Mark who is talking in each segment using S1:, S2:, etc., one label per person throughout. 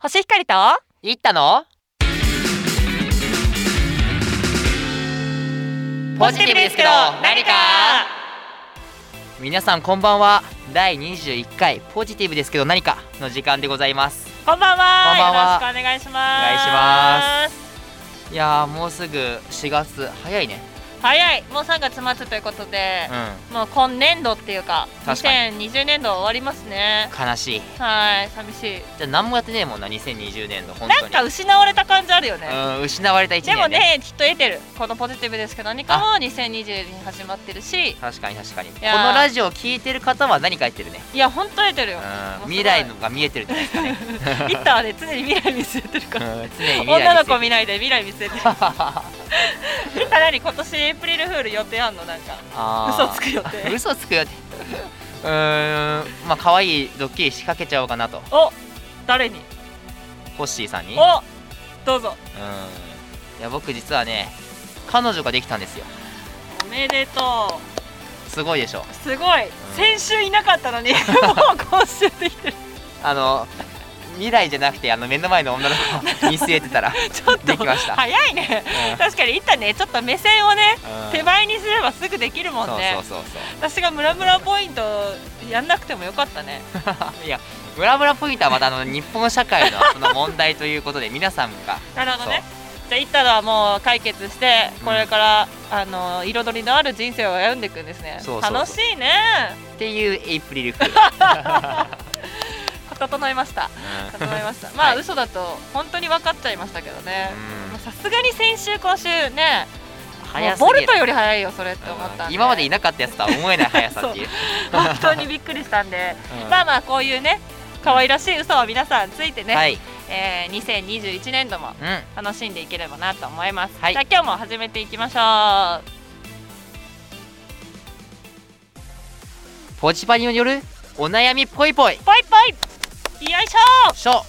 S1: 星光と
S2: 行ったのポジティブですけど何か皆さんこんばんは第21回ポジティブですけど何かの時間でございます
S1: こんばんは
S2: こんばんは
S1: よろしくお願いしますお
S2: 願いしまいやーもうすぐ4月早いね
S1: 早いもう3月末ということで
S2: う、ん
S1: もう今年度っていうか
S2: 確か
S1: 2020年度終わりますね
S2: 悲しいじ
S1: はい寂しい
S2: ゃあ何もやってねえもんな2020年の本当
S1: な
S2: に
S1: んか失われた感じあるよね、
S2: うん失われた1
S1: でも
S2: 年ね
S1: ねきっと得てるこのポジティブですけど何かも2020に始まってるし
S2: 確かに確かにこ
S1: やー
S2: のラジオを聞いてる方は何か言ってるね、
S1: いや本当得てるよ、
S2: うん、未来のが見えてるんじゃないですかね、
S1: リッターはね常に未来見据えてる
S2: う
S1: か
S2: ん、
S1: ら、
S2: 常に未来
S1: 女の子
S2: 見
S1: 見ないで未来見据えてる
S2: あ
S1: リッター何今年エイプリルフール予定あんのなんか
S2: ー
S1: 嘘つく予 定
S2: 嘘つくよってうーんまあ可愛いドッキリ仕掛けちゃおうかなと
S1: お誰に
S2: ホッシーさんにうんい
S1: おどうぞ
S2: や僕実はね彼女ができたんですよ
S1: おめでとう
S2: すごいでしょ
S1: すごい先週いなかったの にもう今週できてる
S2: あの未来じゃなくてあの目の前の女 の子を見据えてたら
S1: ちょっと
S2: できました
S1: 早いね
S2: うん
S1: 確かにリッターねちょっと目線をね
S2: うん
S1: 手前にすればすぐできるもんね
S2: そうそうそう
S1: 私がムラムラポイントやんなくてもよかった ね
S2: そういやムラムラポイントはまたあの日本社会のその問題ということで皆さんが
S1: なるほどねじゃあ行ったらもう解決して
S2: うん
S1: これから、あの彩りのある人生を歩んでいくんですね
S2: そうそうそう
S1: 楽しいね
S2: っていうエイプリルフール、
S1: 整いました
S2: う
S1: 整いました まあ、
S2: はい
S1: 嘘だと本当に分かっちゃいましたけどね
S2: うん
S1: まあさすがに先週今週ねも
S2: 早
S1: う
S2: すぎ
S1: ボ
S2: る
S1: ルトより早いよそれって思ったん
S2: うん
S1: で
S2: 今までいなかったやつとは思えない速さっていう
S1: 本当にびっくりしたんで
S2: うん
S1: まあまあこういうね可愛らしい嘘は皆さんついてね、
S2: はい、
S1: えー2021年度も
S2: うん
S1: 楽しんでいければなと思います、
S2: はい
S1: じゃあ今日も始めていきましょ
S2: ポジパニによるお悩みぽいぽいう
S1: ぽいぽいよいしょ
S2: ショー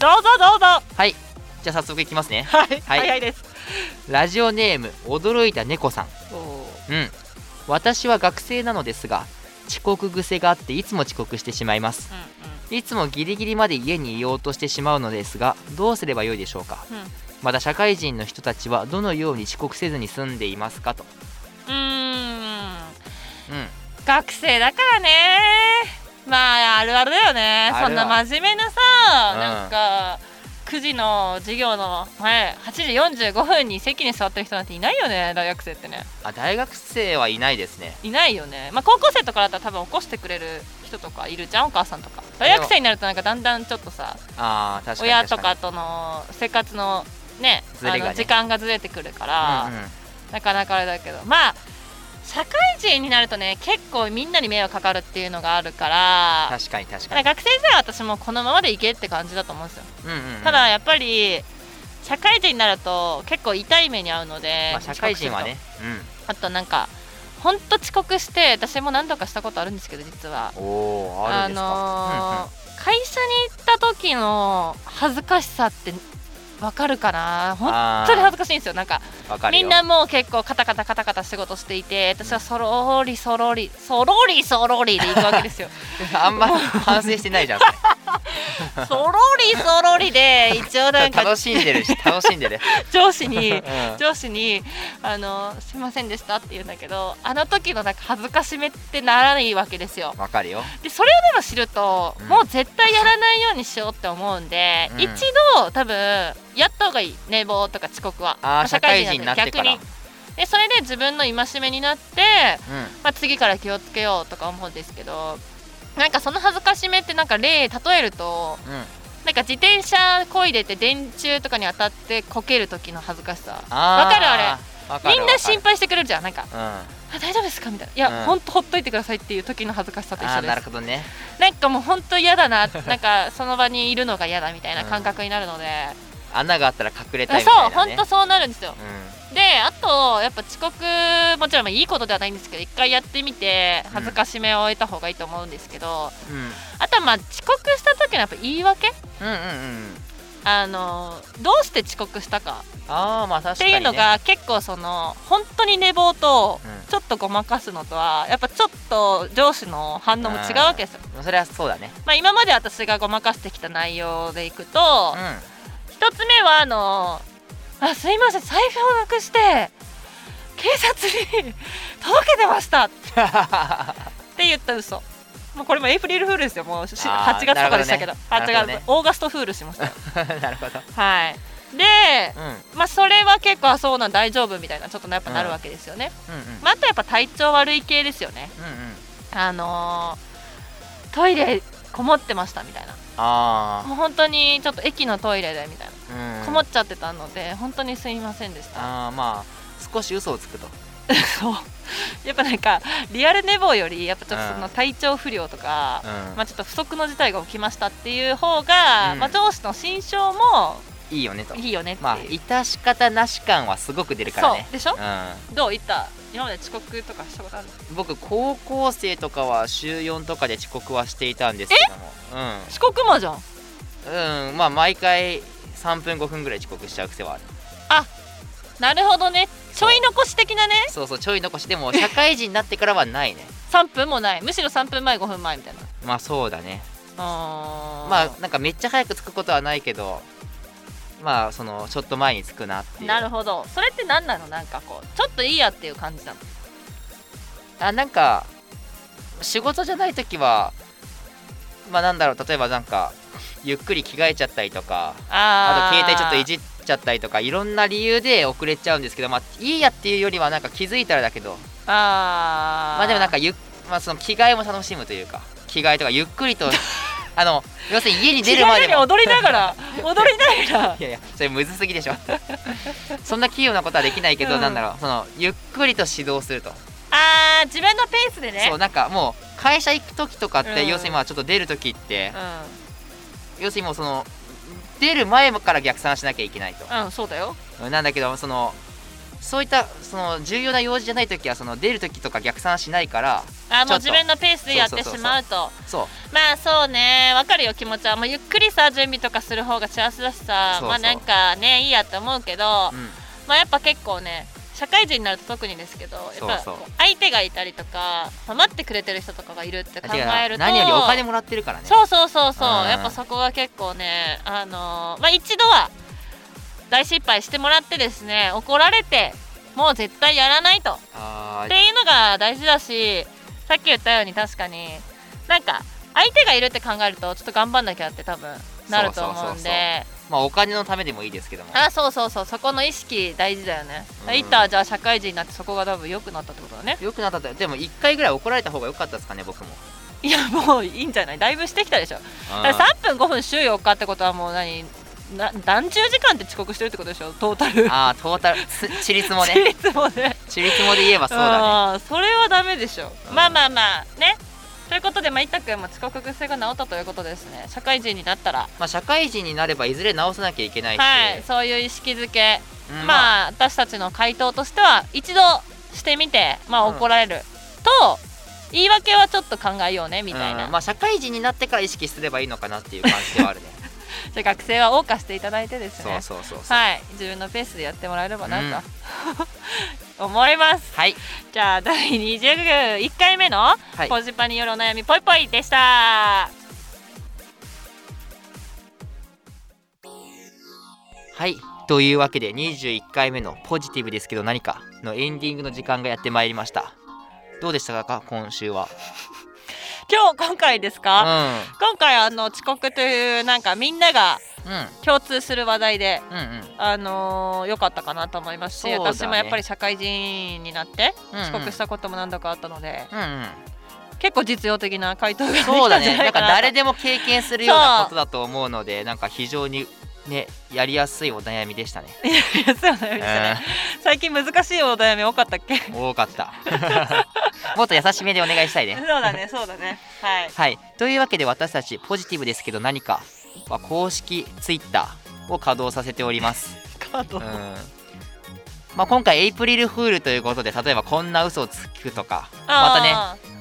S1: どうぞどうぞ
S2: はいじゃあ早速いきますね
S1: はい、
S2: はい
S1: 早いです
S2: ラジオネーム驚いた猫さんうん私は学生なのですが遅刻癖があっていつも遅刻してしまいますいつもギリギリまで家にいようとしてしまうのですがどうすればよいでしょうか
S1: うんうん
S2: また社会人の人たちはどのように遅刻せずに済んでいますかと
S1: うーん
S2: うん
S1: 学生だからねまああるあるだよね
S2: あるわ
S1: そんな真面目なさ、
S2: うん
S1: なんか9時の授業の前8時45分に席に座ってる人なんていないよね大学生ってね
S2: あ大学生はいないですね
S1: いないよねまあ高校生とかだったら多分起こしてくれる人とかいるじゃんお母さんとか大学生になるとなんかだんだんちょっとさ
S2: あー確かに
S1: 親と
S2: 確か
S1: かとの生活のね
S2: ズレがね
S1: あの時間がずれてくるから、
S2: にうんうん
S1: なかなかあれだけどまあ社会人になるとね結構みんなに迷惑かかるっていうのがあるから
S2: 確かに
S1: だ
S2: 確
S1: か
S2: か
S1: ら
S2: に
S1: 学生時代は私もこのままでいけって感じだと思うんですよ、
S2: うんうんうん
S1: ただやっぱり社会人になると結構痛い目に遭うので、
S2: まあ社会人はね
S1: 遅刻するとあとなんかほんと遅刻して私も何度かしたことあるんですけど実は
S2: うんおおあるんですか
S1: のー会社に行った時の恥ずかしさってわかるかな本
S2: 本
S1: 当に恥ずかしいんですよなんか
S2: わかる
S1: み
S2: よ
S1: んなもう結構カタカタカタカタ仕事していて私はそろりそろりそろりそろりで行くわけ ですよ
S2: あんま反省してないじゃんそれ
S1: そろりそろりで一応 なんか
S2: 楽しんでるし楽しん でる、
S1: 上司に
S2: うん
S1: 上司に「あのすいませんでした」って言うんだけどあの時のなんか恥ずかしめってならないわけですよ
S2: わかるよ
S1: でそれをでも知ると、
S2: うん
S1: もう絶対やらないようにしようって思うんで、
S2: うん
S1: 一度多分やった方がいい寝坊とか遅刻は
S2: あー社会人になって
S1: 逆
S2: から
S1: にでそれで自分の戒めになって
S2: うん
S1: まあ、次から気をつけようとか思うんですけどなんかその恥ずかしめってなんか例例えると
S2: うん、
S1: なんか自転車漕いでて電柱とかに当たってこける時の恥ずかしさ
S2: あー
S1: わかるあ
S2: わかる
S1: みんな心
S2: 配
S1: 配してくれるじゃんなんか
S2: うんあ
S1: あ大丈夫ですかみたいないや、
S2: うん
S1: ほんとほっといてくださいっていう時の恥ずかしさと一緒
S2: ー
S1: で
S2: なる
S1: す
S2: ほどね
S1: なんかもうほんと嫌だ ななんかその場にいるのが嫌だみたいな感覚になるので、
S2: 穴があったら隠れたいみ
S1: そ
S2: た
S1: う
S2: いな
S1: ほ
S2: ね
S1: んとそうなるんですよ
S2: う
S1: であとやっぱ遅刻もちろんまあいいことではないんですけど一回やってみて恥ずかしめを得た方がいいと思うんですけど、
S2: んうん
S1: あとはまあ遅刻した時のやっぱ言い訳
S2: うんうんうん
S1: あのどうして遅刻したか
S2: ああまあ確
S1: っ
S2: か
S1: て
S2: に、
S1: い
S2: ね、
S1: うのが結構その本当に寝坊と
S2: うん
S1: ちょっとごまかすのとはやっぱちょっと上司の反応も違うわけですよ。
S2: それはそうだね
S1: まあ、今まで私がごまかしてきた内容でいくと
S2: うん
S1: 一つ目はあのあすいません財布をなくして警察に届けてましたって言った嘘もうこれもエイプリルフールですよもうし
S2: あー
S1: 8月とかでしたけど
S2: なるほ
S1: 8
S2: どねな
S1: 月、
S2: るほどね
S1: オーガストフールしました
S2: なるほど
S1: はいで
S2: うんうん
S1: まあそれは結構あそうなん大丈夫みたいなちょっとやっぱなるわけですよね、
S2: うん
S1: まあ、あとやっぱ体調悪い系ですよね
S2: うんうん
S1: あのートイレこもってましたみたいな
S2: あ
S1: もう本当にちょっと駅のトイレでみたいな
S2: あ、うん、
S1: こもっちゃってたので本当にすいませんでした
S2: ああまあ少し嘘をつくと
S1: そう やっぱなんかリアル寝坊よりやっぱちょっとそ
S2: うん
S1: の体調不良とか、
S2: うん、
S1: まあ、ちょっと不測の事態が起きましたっていう方が、
S2: うん
S1: まあ、上司の心象も
S2: いいよねと
S1: いいよねっていう、
S2: まあ致し方なし感はすごく出るからね
S1: そうでしょ
S2: う
S1: どういった今まで遅刻とかしたことある
S2: ん、僕高校生とかは週4とかで遅刻はしていたんですけども
S1: 遅刻魔じゃん
S2: うん、うん、まあ毎回3分5分ぐらい遅刻しちゃう癖はある
S1: なるほどねちょい残し的なね
S2: そうそうちょい残 しでも社会人になってからはないね
S1: 3分もないむしろ3分前5分前みたいな
S2: まあそうだね
S1: あー
S2: まあなんかめっちゃ早く着くことはないけどまあそのちょっと前に着くなっていう
S1: なるほどそれって何なのなんかこうちょっといいやっていう感じなの
S2: あなんか仕事じゃない時はまあなんだろう例えばなんかゆっくり着替えちゃったりとか
S1: あ
S2: あと携帯ちょっとい
S1: っ
S2: じっちゃったりとかいろんな理由で遅れちゃうんですけどまあいいやっていうよりはなんか気づいたらだけど
S1: とあー
S2: まあでもなんかゆっ、まあ、その着替えも楽しむというか着替えとかゆっくり とあの要するに家に出
S1: 違
S2: る
S1: う
S2: まで
S1: ように
S2: も
S1: 踊りなが ら踊りながら
S2: いやいやそれむずすぎでしょ そんな器用なことはできないけど、
S1: うん
S2: なんだろうそのゆっくりと指導すると
S1: あー自分のペースでね
S2: そうなんかもう会社行く時とかって、
S1: うん
S2: 要するにまあちょっと出る時って、
S1: う
S2: 要するにもうその出る前から逆算しなきゃいけないと、
S1: ん、うん、そうだよ
S2: なんだけどそのそういったその重要な用事じゃない時はその出る時とか逆算しないから
S1: あーも
S2: ちょ
S1: う
S2: っと
S1: 自分のペースでやって
S2: そうそうそうそう
S1: しまうと
S2: そう
S1: まあそうねわかるよ気持ちはもうゆっくりさ準備とかする方が幸せだしさ
S2: そうそう
S1: まあなんかねいいやって思うけど、
S2: うん
S1: まあやっぱ結構ね社会人になると特にですけどやっぱ
S2: そうそう
S1: こう相手がいたりとかまあ待ってくれてる人とかがいるって考
S2: て
S1: え
S2: か
S1: ると
S2: 何よりお金もらってるからね
S1: そうそうそうそう
S2: うん
S1: やっぱそこが結構ねあのーまあ一度は大失敗してもらってですね怒られてもう絶対やらないとっ
S2: あー
S1: ていうのが大事だしさっき言ったように確かになんか相手がいるって考えるとちょっと頑張んなきゃって多分なると思うん
S2: そうそうそう
S1: で
S2: まあお金のためでもいいですけども
S1: あそうそうそうそこの意識大事だよね
S2: うん
S1: イッターはじゃあ社会人になってそこが多分良くなったってことだね
S2: よくなったってでも1回ぐらい怒られた方が良かったですかね僕も
S1: いやもういいんじゃないだいぶしてきたでしょ
S2: うん
S1: だから3分5分週4日ってことはもう何な何十時間って遅刻してるってことでしょトータル
S2: あートータルすちりつも
S1: 私
S2: ね
S1: 立もね
S2: ちりつもで言えばそうだね
S1: ねそれはダメでしょ、
S2: うん
S1: まあまあまあねということでまあいったくんも遅刻癖が治ったということですね社会人になったら
S2: まあ社会人になればいずれ直さなきゃいけないし、
S1: はいそういう意識づけ、
S2: うんまあ
S1: まあ私たちの回答としては一度してみてまあ
S2: うん
S1: 怒られる、と言い訳はちょっと考えようねみたいな、
S2: うんまあ社会人になってから意識すればいいのかなっていう感じではあるね
S1: じゃあ学生は謳歌していただいてです
S2: そ
S1: ね
S2: うそうそうそう
S1: はい自分のペースでやってもらえればなと、 思います
S2: はい
S1: じゃあ第21回目の
S2: はい
S1: ポジパによるお悩みぽいぽいでした。
S2: はいというわけで21回目の「ポジティブですけど何か」のエンディングの時間がやってまいりましたどうでしたか今週は
S1: 今日今回です
S2: う
S1: か？
S2: ん
S1: 今回あの遅刻というなんかみんなが
S2: うん
S1: 共通する話題で。
S2: うんうん
S1: あのー良かったかなと思いますし、
S2: そうだね
S1: 私もやっぱり社会人になって
S2: うんうん
S1: 遅刻したことも何度かあったので、
S2: うんうん
S1: 結構実用的な回答ができ
S2: そう
S1: た
S2: だ
S1: んじ
S2: ね
S1: ゃな
S2: なん
S1: いか
S2: か
S1: な
S2: 誰でも経験するようなことだと思うのでなんか非常にねやりやすいお悩みでしたね、
S1: と そうだね最近難しいお悩み多かったっけそう
S2: うん多かった もっと優しめでお願いしたいね
S1: だねそうだねはい
S2: はいというわけで私たちポジティブですけど何かは公式 Twitter を稼働させております
S1: カード、
S2: うん まあ、今回エイプリルフールということで例えばこんな嘘をつくとかまたね
S1: ね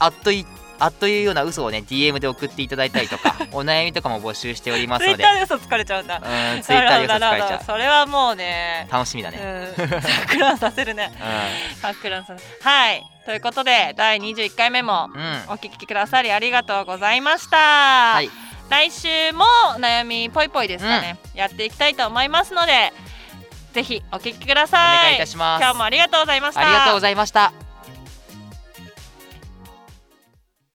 S2: あっといあっというような嘘をね DM で送っていただいたりと かお悩みとかも募集しております
S1: ツイ
S2: の
S1: ッ
S2: で
S1: ターで嘘つかれちゃうんだ
S2: うんツイッターで嘘つかれち
S1: あららら
S2: ゃ
S1: らそれはもうね
S2: う楽しみだ
S1: う
S2: ね、
S1: ん錯乱させる ね錯乱させるはいということで第21回目も
S2: うんうん
S1: お聞きくださりありがとうございました、
S2: はい
S1: 来週もお悩みぽいぽいですかね、やっていきたいと思いますのでぜひお聞きくだ
S2: お
S1: さい
S2: 願いいたします
S1: 今日もありがとうございました
S2: ありがとうございました